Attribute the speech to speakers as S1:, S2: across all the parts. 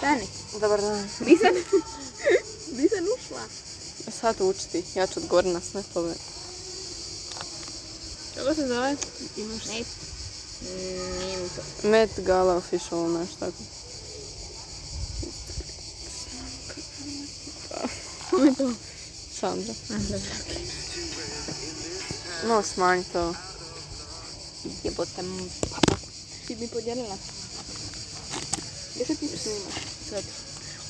S1: Dani,
S2: Dobar dan.
S1: nisam, nisam ušla.
S2: Sad učiti, ja ću odgovoriti na sve tome. Kako se zove? Imaš
S1: Ne, nije mi to.
S2: Met Gala official, znaš tako.
S1: Kako je to?
S2: Sandra. No, smanj to.
S1: Jebote, m, papa. Ti mi podijelila. Gdje se ti snimaš?
S2: Sad.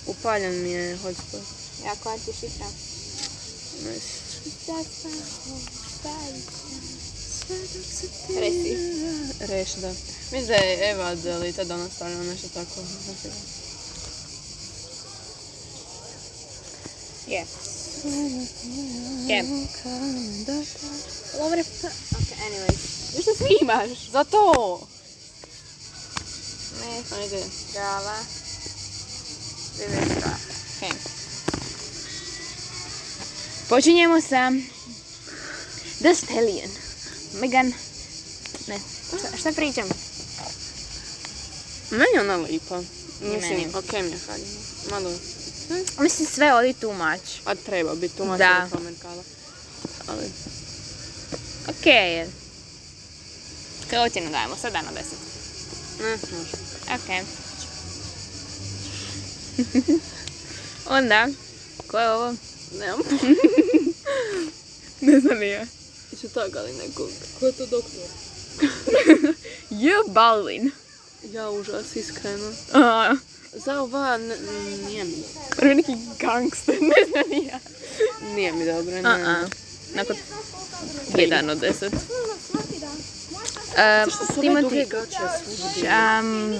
S2: Upaljen mi je hotspot.
S1: Ja koja ti šifra?
S2: Ne sjećam.
S1: Resi.
S2: Reš, da. Mislim da je Eva Delita danas stavljala nešto tako.
S1: Je. Je. Dobre, pa... Ok, anyways. Više snimaš?
S2: Za to!
S1: Ne,
S2: Ajde.
S1: Gala. Devetra. Okej. Počinjemo sa The Stallion. Megan. Ne, šta, šta pričam?
S2: Meni je ona lipa.
S1: Ni meni.
S2: Mislim, okej mi je haljina. Malo,
S1: Mislim sve odi too much.
S2: a treba biti tu
S1: Da.
S2: da. Amerikala. Ali,
S1: Ok je. Kaj ocjenu dajemo? Sada na 10.
S2: ne, može.
S1: Ok. Onda, ko je ovo?
S2: Nemam.
S1: Ne znam ja.
S2: Isu tako, ali neko. Ko je to doktor?
S1: Je Balvin.
S2: Ja užas, iskreno.
S1: A,
S2: Za ova, ne, nije mi.
S1: prvi neki gangster, ne znam ni ja.
S2: Nije mi dobro, ne.
S1: A-a. Nakon jedan od deset.
S2: Zašto su
S1: Um,
S2: ove duge
S1: Timothy,
S2: gaće svugdje?
S1: um,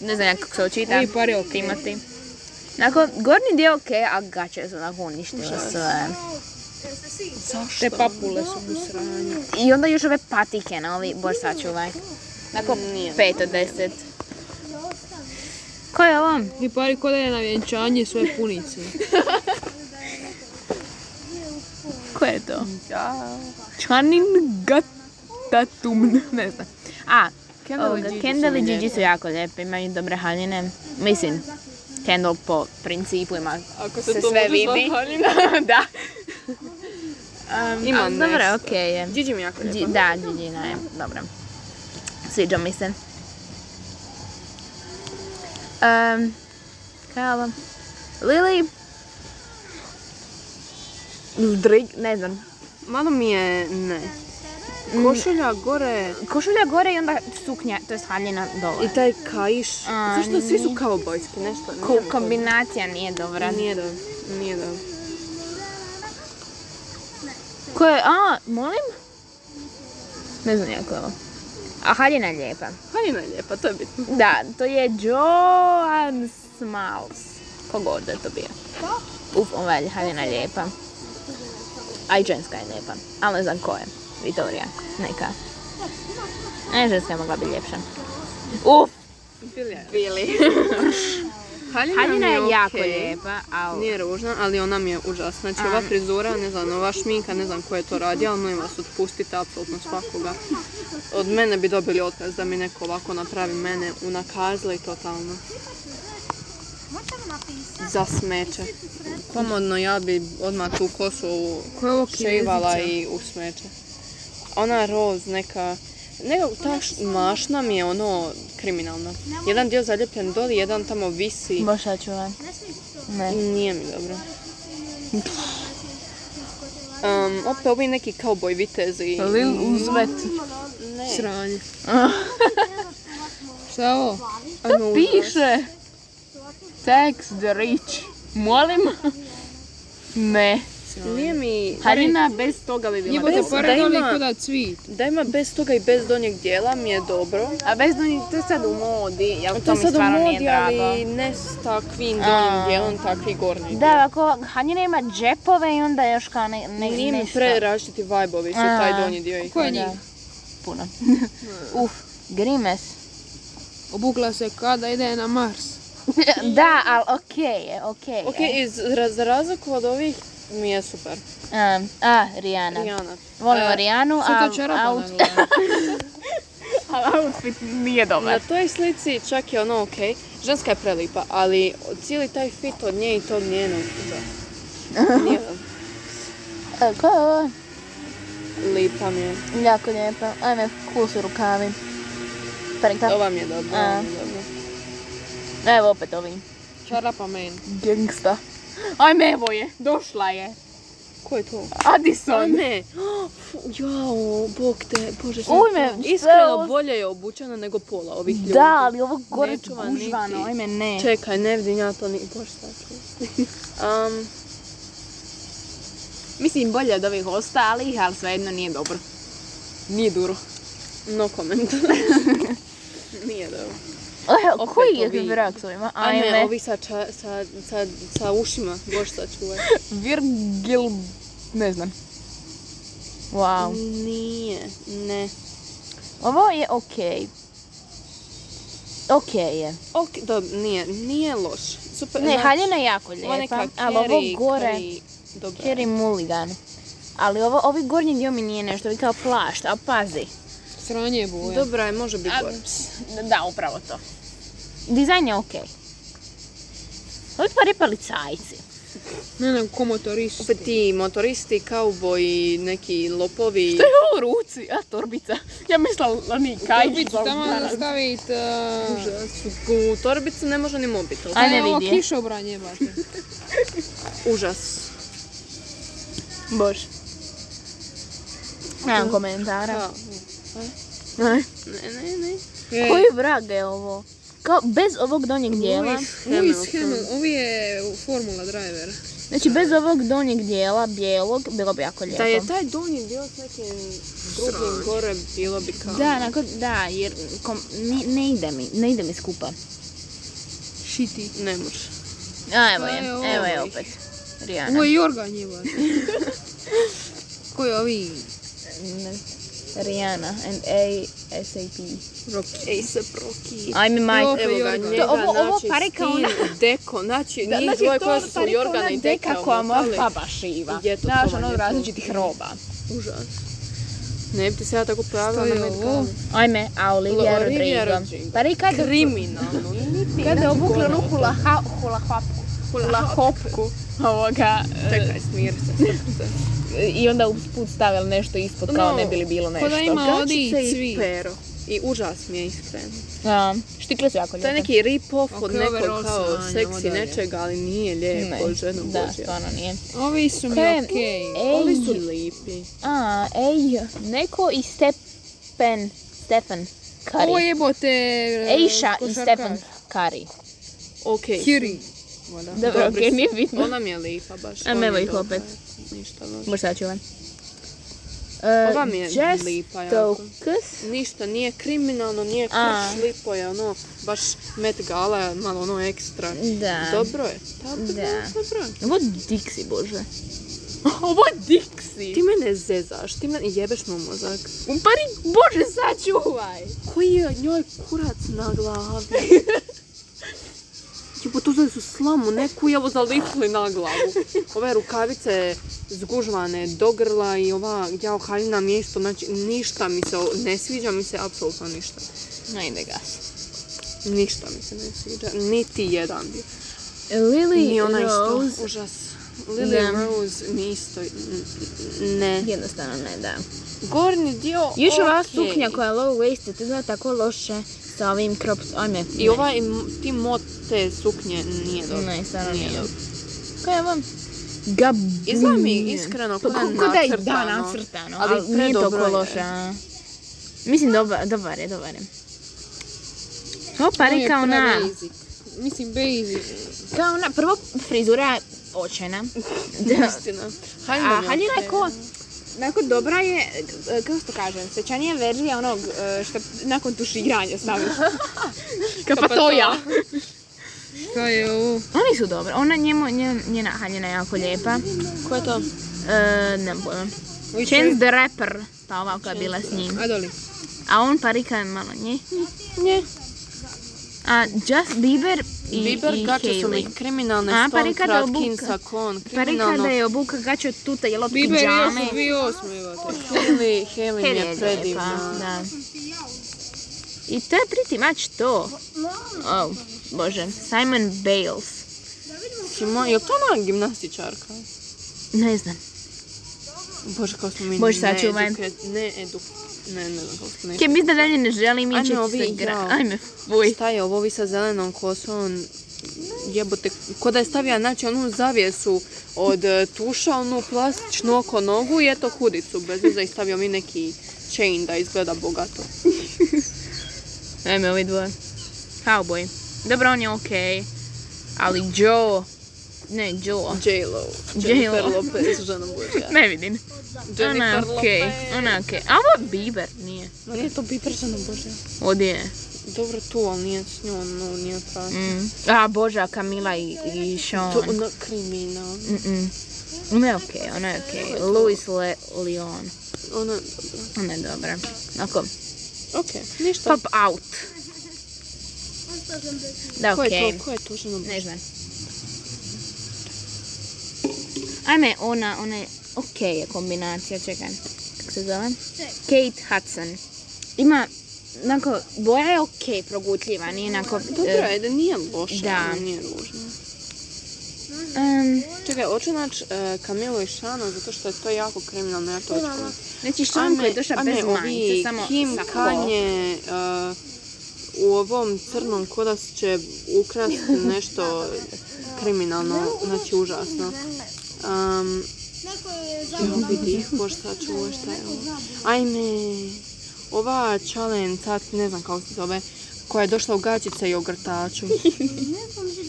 S1: ne znam ja kako se očita.
S2: Ovi par je okej.
S1: Timothy. Nakon, gornji dio ok, a gaće su onako uništile sve.
S2: Zašto? Te papule su mu sranje.
S1: I onda još ove patike na ovi, bož sačuvaj. Nakon
S2: Nije.
S1: pet od deset. Ko je ovo?
S3: I pari ko da je na vjenčanje svoje punice.
S1: Ko je to?
S2: Ja.
S1: Čanin Gatatum, ne znam. A,
S2: Kendall i
S1: ovoga,
S2: Gigi su
S1: Kendall i
S2: mi
S1: Gigi
S2: lijepi.
S1: su jako lijepi, imaju dobre haljine. Mislim, Kendall po principu ima
S2: Ako
S1: se sve vidi. da. Um,
S2: Ima
S1: ali dobro,
S2: nešto.
S1: okej je.
S2: Gigi mi jako
S1: Gi-
S2: lijepa.
S1: da, Gigina je, dobro. Sviđa mi se. Um, kaj je ovo? Lily? Drake, ne znam.
S2: Malo mi je, ne. Košulja gore
S1: Košulja gore i onda suknja, to je haljina dole.
S2: i taj kajiš.
S1: A,
S2: Zašto svi su kaobojski, nešto? nije mi
S1: Ko-
S2: to-
S1: kombinacija nije dobra.
S2: Nije dobro, nije dobro.
S1: Ko je, a, molim? Ne znam jako je ovo. A haljina je lijepa.
S2: Haljina je lijepa, to je bitno.
S1: Da, to je Joan Smalls. Kogod da je to bio. Uf, ova je haljina lijepa. A i ženska je lijepa. Ali ne znam ko je. Vitorija. Neka. Ne, ženska je mogla biti ljepša. Uf,
S2: Bili. Haljina,
S1: haljina
S2: mi
S1: je jako
S2: okej.
S1: lijepa, ali...
S2: Nije ružna, ali ona mi je užasna. Znači ova frizura, ne znam, ova šminka, ne znam ko je to radio, ali molim vas otpustite apsolutno svakoga. Od mene bi dobili otkaz da mi neko ovako napravi mene unakazla i totalno. Za smeće. Komodno ja bi odmah tu kosu u-
S3: Ko je ovo
S2: šejvala i u smeće. Ona roz neka... Neka ta š- mašna mi je ono kriminalna. Jedan dio zaljepljen doli, jedan tamo visi.
S1: Boša čuvaj. Ne.
S2: Nije mi dobro. Um, opet ovi neki cowboy vitezi. i-
S3: Lil uzvet
S2: Ne.
S3: sranje. Šta je ovo?
S2: Ajmo uzeti.
S3: Pa Piše! Tax the rich. Molim? Ne.
S2: Nije mi...
S1: Haljina
S2: bez toga bi bila
S3: Jebote,
S2: dobra.
S3: pare
S2: Da
S3: dole
S2: ima-
S3: ko da cvit.
S2: Da ima bez toga i bez donjeg dijela mi je dobro.
S1: A bez donjih, to je sad u modi, jel
S2: To
S1: to
S2: je
S1: mi
S2: sad u
S1: stvarno nije
S2: modi, ali
S1: drago.
S2: ne s takvim
S1: A.
S2: donjim dijelom, takvi gornji
S1: Da, ako haljina ima džepove i e onda još kao ne, ne,
S2: Nije mi
S1: nešto.
S2: pre različiti vibe-ovi su
S1: A.
S2: taj donji dio i
S3: Ko je
S1: Da.
S3: njih?
S1: Puno. Uf, grimes.
S3: Obukla se kada ide na Mars.
S1: da, ali okej je, okej
S2: Ok,
S1: je.
S2: iz, ra- za razliku od ovih mi je super.
S1: Um, a, Rijana.
S2: Rijana.
S1: Volimo
S2: E,
S1: Rijanu,
S3: Sve
S1: a
S3: to čarapa na
S1: aut...
S3: glavi.
S1: ali Ah, outfit nije
S2: Na
S1: dobar.
S2: toj slici čak je ono ok, ženska je prelipa, ali cijeli taj fit od nje i tog njenog. Nije
S1: Ko je ovo?
S2: lipa mi je.
S1: Jako lijepa. Ajme, kusu rukavi. Prika.
S2: Ova mi je dobra. ova mi je dobra.
S1: Evo opet ovi.
S3: Čarapa men.
S1: Eh, Gangsta. Ajme, evo je. Došla je.
S2: Ko je to? A
S1: Addison.
S2: ne! Jao, bog te, bože, sam
S1: Ujme,
S2: to-
S1: sve
S2: Iskreno,
S1: ovo-
S2: bolje je obučena nego pola ovih ljudi.
S1: Da, ali ovo gore
S2: Neću vam niti.
S1: gužvano. Ajme, ne.
S2: Čekaj, ne vidim ja to ni... Bože, Um, sačuj. Am,
S1: Mislim, bolje od ovih ostalih, ali svejedno nije dobro.
S2: nije duro. No comment. nije dobro.
S1: E,
S2: Opet
S1: koji je
S2: ovi-
S1: ti brak s ovima? E.
S2: A ne,
S1: Ajme.
S2: ovi sa, ča, sa, sa, sa ušima, bože sačuvaj.
S3: Virgil... Ne znam.
S1: Wow.
S2: Nije, ne.
S1: Ovo je okej. Okej je.
S2: Ok, dobro, nije, nije loš. Super,
S1: Ne,
S2: znači,
S1: haljina je jako
S2: ova neka
S1: lijepa, ali ovo
S2: Kerry-
S1: gore,
S2: Kerry, dobra je.
S1: Kerry Mulligan. Ali ovo, ovi gornji dio mi nije nešto, vi kao plašt, a pazi.
S3: Sranje je boja.
S2: Dobra je, može biti
S1: A,
S2: gore.
S1: ps, da, upravo to. Dizajn je okej. Ovi pari policajci.
S3: Ne znam, ko motorist.
S2: Opet ti motoristi, kauboji, neki lopovi.
S1: To je ovo u ruci, a torbica. Ja mislila ni kaj.
S3: Torbicu tamo stavit... Uh...
S2: Užas. U torbicu ne može ni mobitel.
S1: Ajde
S3: Ajde, ovo
S1: vidi je.
S3: kišobran jebate.
S2: Užas.
S1: Bož. Nemam komentara.
S2: Da. Ne, ne, ne.
S3: E,
S1: Koji vrag je ovo? Kao bez ovog donjeg dijela.
S3: Lewis Hamilton, ovi je formula driver.
S1: Znači bez ovog donjeg dijela, bijelog, bilo bi jako lijepo.
S2: Da je taj donji dio s nekim drugim gore, bilo bi kao...
S1: Da, nakon, da, jer kom, ni- ne, ide mi, ne ide mi skupa.
S3: Shitty.
S2: Ne može.
S1: A, evo
S3: To
S1: je,
S3: je ovo.
S1: evo je opet. Rijana.
S3: ovaj. Ovo je Jorgan jebate. Ko je ovi?
S1: Ne. Rijana and ASAP.
S3: Rocky.
S2: Ej, se proki.
S1: Ajme, majko.
S3: Evo,
S2: Evo ga,
S3: Jorgan.
S2: njega,
S1: To ovo- ovo
S2: znači,
S1: pare kao
S2: sin,
S1: ona-
S2: Deko, znači,
S1: Da,
S2: njih
S1: znači,
S2: dvoje
S1: to
S2: koje
S1: ono
S2: su
S1: stari kao
S2: Jorgana
S1: ona
S2: i
S1: deka
S2: Deka ono, pa,
S1: koja moja
S2: omotali.
S1: baba šiva.
S2: I je to
S1: Znaš, ono
S2: to vam je
S1: od
S2: to.
S1: različitih roba.
S2: Užas. Ne bi ti se ja tako pojavila na
S3: Što je ovo?
S2: medikalu.
S1: Ajme, a Olivia
S2: Olivia
S1: Rodrigo.
S2: Rodrigo.
S1: Pa rika
S2: Kriminalno, niti.
S1: kada je obukla
S2: Gotovo.
S1: ruku hula ha- hula hopku. Hula hopku. Ovoga. e,
S2: Čekaj, smiri se, smiri se.
S1: I onda usput stavila nešto ispod kao
S2: No,
S1: ne bi li bilo nešto.
S3: ko da ima Odi i
S2: Gačice i
S3: cvi.
S2: pero. I užas mi je iskreno.
S1: Da, štikle su jako
S2: To je
S1: lijepe.
S2: neki rip-off od
S3: Ok,
S2: nekog
S3: overall
S2: kao
S3: sanja,
S2: seksi
S3: ovo dalje.
S2: nečega, ali nije
S1: Ne,
S2: lijepo, ženo
S1: Da,
S2: Božja.
S1: stvarno nije.
S3: Ovi su mi
S1: Kaj je-
S3: okej.
S2: Ovi
S1: Ej,
S2: su lipi.
S1: a, ej, neko i Stepen, Stefan Kari.
S3: Ovo jebote...
S1: Ejša i
S3: košarkaš.
S1: Stefan Kari.
S2: Ok.
S3: Kiri.
S1: Dobro,
S2: Dobri
S1: okej,
S2: su.
S1: nije bitno.
S2: Ona mi je lipa baš.
S1: Em,
S2: on je
S1: evo ih
S2: dobar.
S1: opet.
S2: Ništa baš.
S1: Možda ću vam. E,
S2: Ova mi je lipa jako.
S1: Jestokus.
S2: Ništa, nije kriminalno, nije
S1: A.
S2: kuš, lipo je ono, baš Met Gala, malo ono ekstra.
S1: Da.
S2: Dobro je. Dobro je,
S1: Da.
S2: dobro je.
S1: Ovo je Dixi, bože. Ovo je Dixi.
S2: Ti mene zezaš, ti mene jebeš mu mozak.
S1: Pari, bože, sačuvaj.
S2: Koji je njoj kurac na glavi? Jebote, uzeli su slamu neku i ovo zalipili na glavu. Ove rukavice zgužvane do grla i ova jao haljina mi je isto, znači ništa mi se, o- ne sviđa mi se apsolutno ništa.
S1: No, ide ga.
S2: Ništa mi se ne sviđa, niti jedan dio.
S1: Lily
S2: Ni ona isto,
S1: Rose.
S2: užas. Lily
S1: Da.
S2: Rose mi isto, n- n- ne.
S1: Jednostavno ne, da.
S2: Gornji dio,
S1: Još ova
S2: okej.
S1: suknja koja je low waisted izgleda tako loše sa ovim crop... Ajme.
S2: I ovaj, m- ti mot te suknje nije dobro.
S1: Ne, stvarno
S2: Nije
S1: nije
S2: dobro.
S1: Kaj je vam? Gab...
S2: Izgleda mi iskreno
S1: Pa
S2: ko da je
S1: ko da je da
S2: nacrtano,
S1: nacrtano,
S2: ali
S1: ali nije
S2: predobro
S1: toliko
S2: je.
S1: loše. a. Mislim, dobar, dobar je, dobar je. Ovo pari kao na...
S3: Basic. Mislim basic.
S1: Kao na... Prvo, frizura je očena. Da.
S2: Istina.
S1: A haljina je ko... Onako dobra je, e, kako se to kažem, svećanija verzija onog e, što nakon tuširanja staviš. pa
S2: Pa
S1: Kapatoja.
S3: Šta je ovo?
S1: Oni su dobri. Ona njemu, nje- njena haljina je jako lijepa.
S2: Ko je to?
S1: E, nemam pojma.
S3: Ovi
S1: Chance the Rapper, ta ova koja je bila s njim.
S3: Adoli.
S1: A on parika je malo nje.
S2: Nje.
S1: A Just Bieber i, i
S2: Bieber gače su mi
S1: Hailey.
S2: kriminalne
S1: A,
S2: stone
S1: parika da obuka.
S2: kratkinsa kon.
S1: Parika
S2: Kriminalno.
S1: da je obuka gaće od tuta i lopke
S3: Biber je još
S1: džame.
S3: u 2008. jebote.
S2: Hailey, Hailey mi
S1: Hailey
S2: je
S1: je lijepa,
S2: predivna.
S1: da. I to je pretty much to. Oh, bože, Simon Bales.
S2: Simo, je li to ona gimnastičarka?
S1: Ne znam.
S2: Bože, kao smo mi
S1: Bože, sačuvaj.
S2: needuke- ne edu... Ne, ne znam kako smo ne-
S1: Kje mi da dalje ne želim ići
S2: Ajme, ovi,
S1: sa igra.
S2: jao.
S1: Ajme, fuj.
S2: Šta je ovo ovi sa zelenom kosom? Jebote, ko da je stavio znači onu zavijesu od e, tuša, onu plastičnu oko nogu i eto kudicu, bez veze i stavio mi neki chain da izgleda bogato.
S1: Ajme, ovi dvoje. Cowboy. Dobro, on je okej. Ali Joe... Ne, Joe.
S2: J-Lo,
S1: J-Lo.
S2: Jennifer Lopez, žena božja.
S1: Ne vidim. Ona je
S2: Jennifer
S1: okej.
S2: Lopez.
S1: Ona je okej. A ovo je Bieber nije.
S2: Ma nije to Bieber, žena božja.
S1: Ovdje je.
S2: Dobro tu, ali nije s njom, no, nije pravi.
S1: Mm. A, Boža, Kamila i, i Sean.
S2: To ona kriminal.
S1: Mm-mm. Ona je okej, ona je okej. Louis Le- Leon.
S2: Ona, dobro.
S1: Ona je dobra. Onako,
S2: Okej, ništa.
S1: pop out. Da,
S2: Ko
S1: okej.
S2: je to, ko je to žena božja?
S1: Ne znam. Ajme, ona, ona je okej je kombinacija, čekaj. Kako se zove? Kate Hudson. Ima, onako, boja je okej progutljiva, nije onako...
S2: Dobro,
S1: eh,
S2: ajde, nije loša,
S1: da.
S2: ali nije ružna.
S1: eh, em,
S2: Čekaj, hoću naći Kamilu i Šana zato što je to jako kriminalno, ja to hoću
S3: Imamo.
S2: ponoviti.
S1: znači, Sean koji je došao
S2: ajme
S1: bez
S2: ovi
S1: majice, samo
S2: Kim
S1: sako.
S2: Kanje e, u ovom crnom koda će ukrasti nešto kriminalno, znači užasno. Um,
S3: Neko je
S2: vidi ih, bož sad ću ovo šta je ovo. Ajme, ova challenge, sad ne znam kako se zove, koja je došla u gaćice i ogrtaču.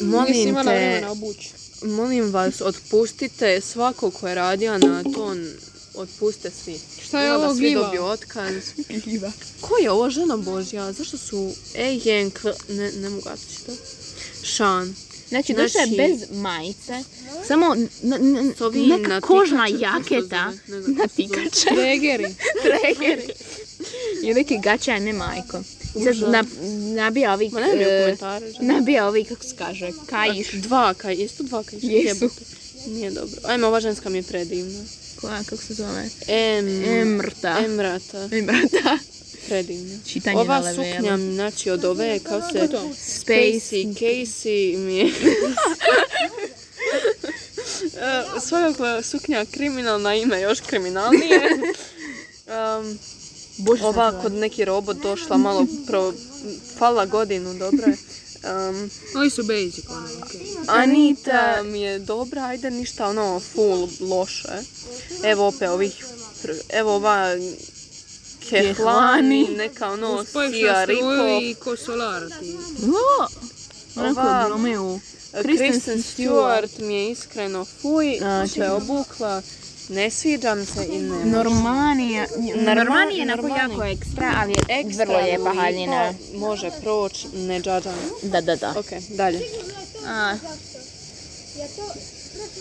S2: Molim te,
S3: obući.
S2: Molim vas, otpustite svako ko je radio na ton, otpuste svi.
S3: Šta je
S2: Onda
S3: ovo
S2: svi
S3: gljiva?
S2: dobiju otkaz. Ko je ovo žena Božja? Zašto su E, Ejen kl... Ne, ne mogu ja to čitati. Šan.
S1: Znači, došao je
S2: Znači- no.
S1: bez majice, samo n- n- n-
S2: S ovim
S1: neka
S2: natikačem,
S1: kožna
S2: kako se
S1: jaketa
S2: zove, ne znam
S1: na
S2: kako se zove.
S1: tikače.
S3: Degeri.
S1: Tregeri. I neke gaće, a ne majko. I sad
S2: Užas.
S1: na, nabija ovih...
S2: Ma ne bi u
S1: e,
S2: komentare. žena.
S1: Nabija ovih, kako se kaže, kajiš.
S2: Dva kaj, jesu dva kaj?
S1: Jesu.
S2: Jebote. Nije dobro. Ajme, ova ženska mi je predivna.
S1: Koja, kako se zove?
S2: Em...
S1: Emrta.
S2: Emrata.
S1: Emrata.
S2: Predivna.
S1: Čitanje na
S2: Ova
S1: levelu.
S2: suknja, znači od ove, kao se...
S1: Space.
S2: Casey, Casey mi je... E, Svakako je suknja kriminalna, ime još kriminalnije. Em,
S1: Bože,
S2: ova
S1: sačuvaj.
S2: kod neki robot došla malo pro... Fala godinu, dobro je. Em,
S3: Oni su basic, ono, okej.
S2: Anita mi je dobra, ajde ništa ono full loše. Evo opet ovih, pr- evo ova Kehlani, neka ono Sija
S3: Spojša struju
S2: Ripo,
S3: i ko solar ti.
S1: O! Onako
S2: Ova- eh,
S1: od Romeo. Kristen
S2: Kristen Stewart mi je iskreno fuj,
S1: A,
S2: sve obukla, ne sviđa mi se i ne može.
S1: Normanija. Normanija je onako
S2: Normani.
S1: jako ekstra, ali je
S2: Ekstra
S1: vrlo lijepa
S2: lipo,
S1: haljina.
S2: Može proć, ne džađam.
S1: Da, da, da.
S2: Ok, dalje.
S1: A.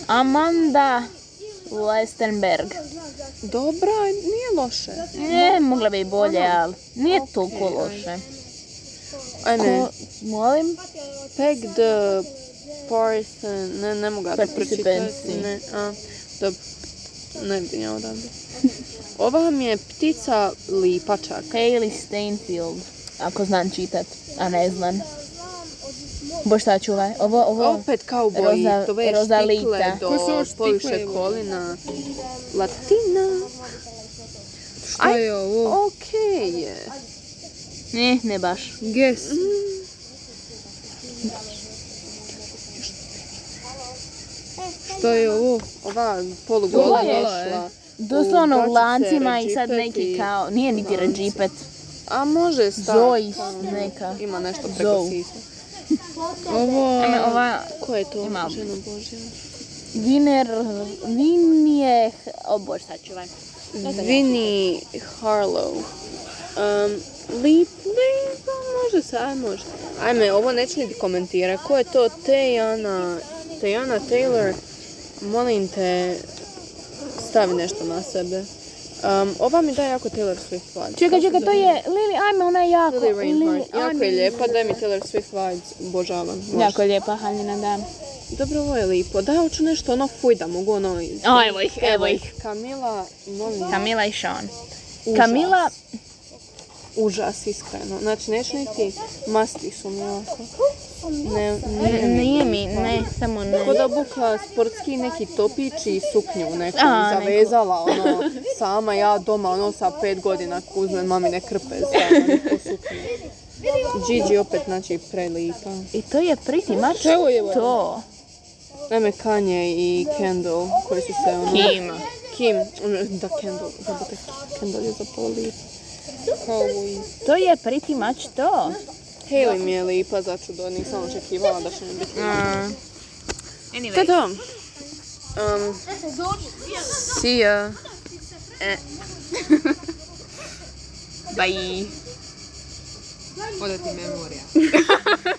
S1: Amanda Westenberg.
S2: Dobra, nije loše.
S1: Ne, mogla bi i bolje, ali nije toliko loše.
S2: Ajme,
S1: Ko- molim?
S2: Peg the person, ne, ne mogu ja to pročitati.
S1: Participancy.
S2: Ne, a, dobro. Ne vidim ja odavde. Ova mi je ptica lipačak.
S1: Hailey Steinfeld. Ako znam čitat, a ne znam. Bož šta čuvaj. Ovo, ovo...
S2: Opet kauboji,
S1: Roza-
S2: to već
S1: Rozalita.
S2: štikle
S3: Ko su ovo
S2: do
S3: štikle,
S2: poviše
S3: evo?
S2: kolina. Latina.
S3: Šta je ovo?
S2: Okej je.
S1: Ne, ne baš.
S3: Guess. Šta je ovo?
S2: Ova polugola
S1: Ovo je.
S2: došla.
S1: Doslovno u
S2: gaćice,
S1: lancima i sad
S2: ređipet
S1: neki
S2: i-
S1: kao... Nije niti ređipet.
S2: A može
S1: Zois
S2: staviti.
S1: neka.
S2: Ima nešto preko
S1: Zou.
S2: sisa.
S3: Ovo...
S1: Eme, Ova
S2: Ko je to?
S1: Ima.
S2: Ženo Božja.
S1: Viner... Vinje... O bož šta čuvaj.
S2: Vinnie Harlow. Um, lip, lipa, može se, aj može. Ajme, ovo neću niti komentirati. Ko je to? Tejana, Tejana Taylor. Molim te, stavi nešto na sebe. Um, ova mi daje jako Taylor Swift vibe.
S1: Čekaj, čekaj, to je Lili, ajme, ona je jako...
S2: Lily Reinhardt.
S1: Lily-
S2: Jako je lijepa, daj mi Taylor Swift vibes, obožavam. Može.
S1: Jako lijepa haljina, da.
S2: Dobro, ovo je lipo. Daj, hoću nešto ono fuj da mogu ono... iz-
S1: O, evo ih, evo ih.
S2: Kamila, molim.
S1: Kamila i Sean.
S2: Užas.
S1: Kamila
S2: užas, iskreno. Znači, neću niti masti su mi ovako. Ne,
S1: Ne,
S2: nije mi.
S1: nije mi, ne, samo ne.
S2: Tako da bukla sportski neki topić i suknju neku
S1: A,
S2: zavezala, ono, sama ja doma, ono, sa pet godina uzmem mamine krpe za neku suknju. Gigi opet, znači, prelipa.
S1: I to je pretty much
S3: Čemu je
S1: to.
S2: Naime, Kanye i Kendall, koji su se, ono...
S1: Kim.
S2: Kim. Da, Kendall. Zabate, Kendall je zapala lipa.
S3: Kao i...
S1: To je pretty much to.
S2: Hailey mi je lipa, začudo, nisam očekivala da će mi biti.
S1: Anyway.
S2: To je to. Um, see ya.
S1: Bye.
S3: Ode ti memorija.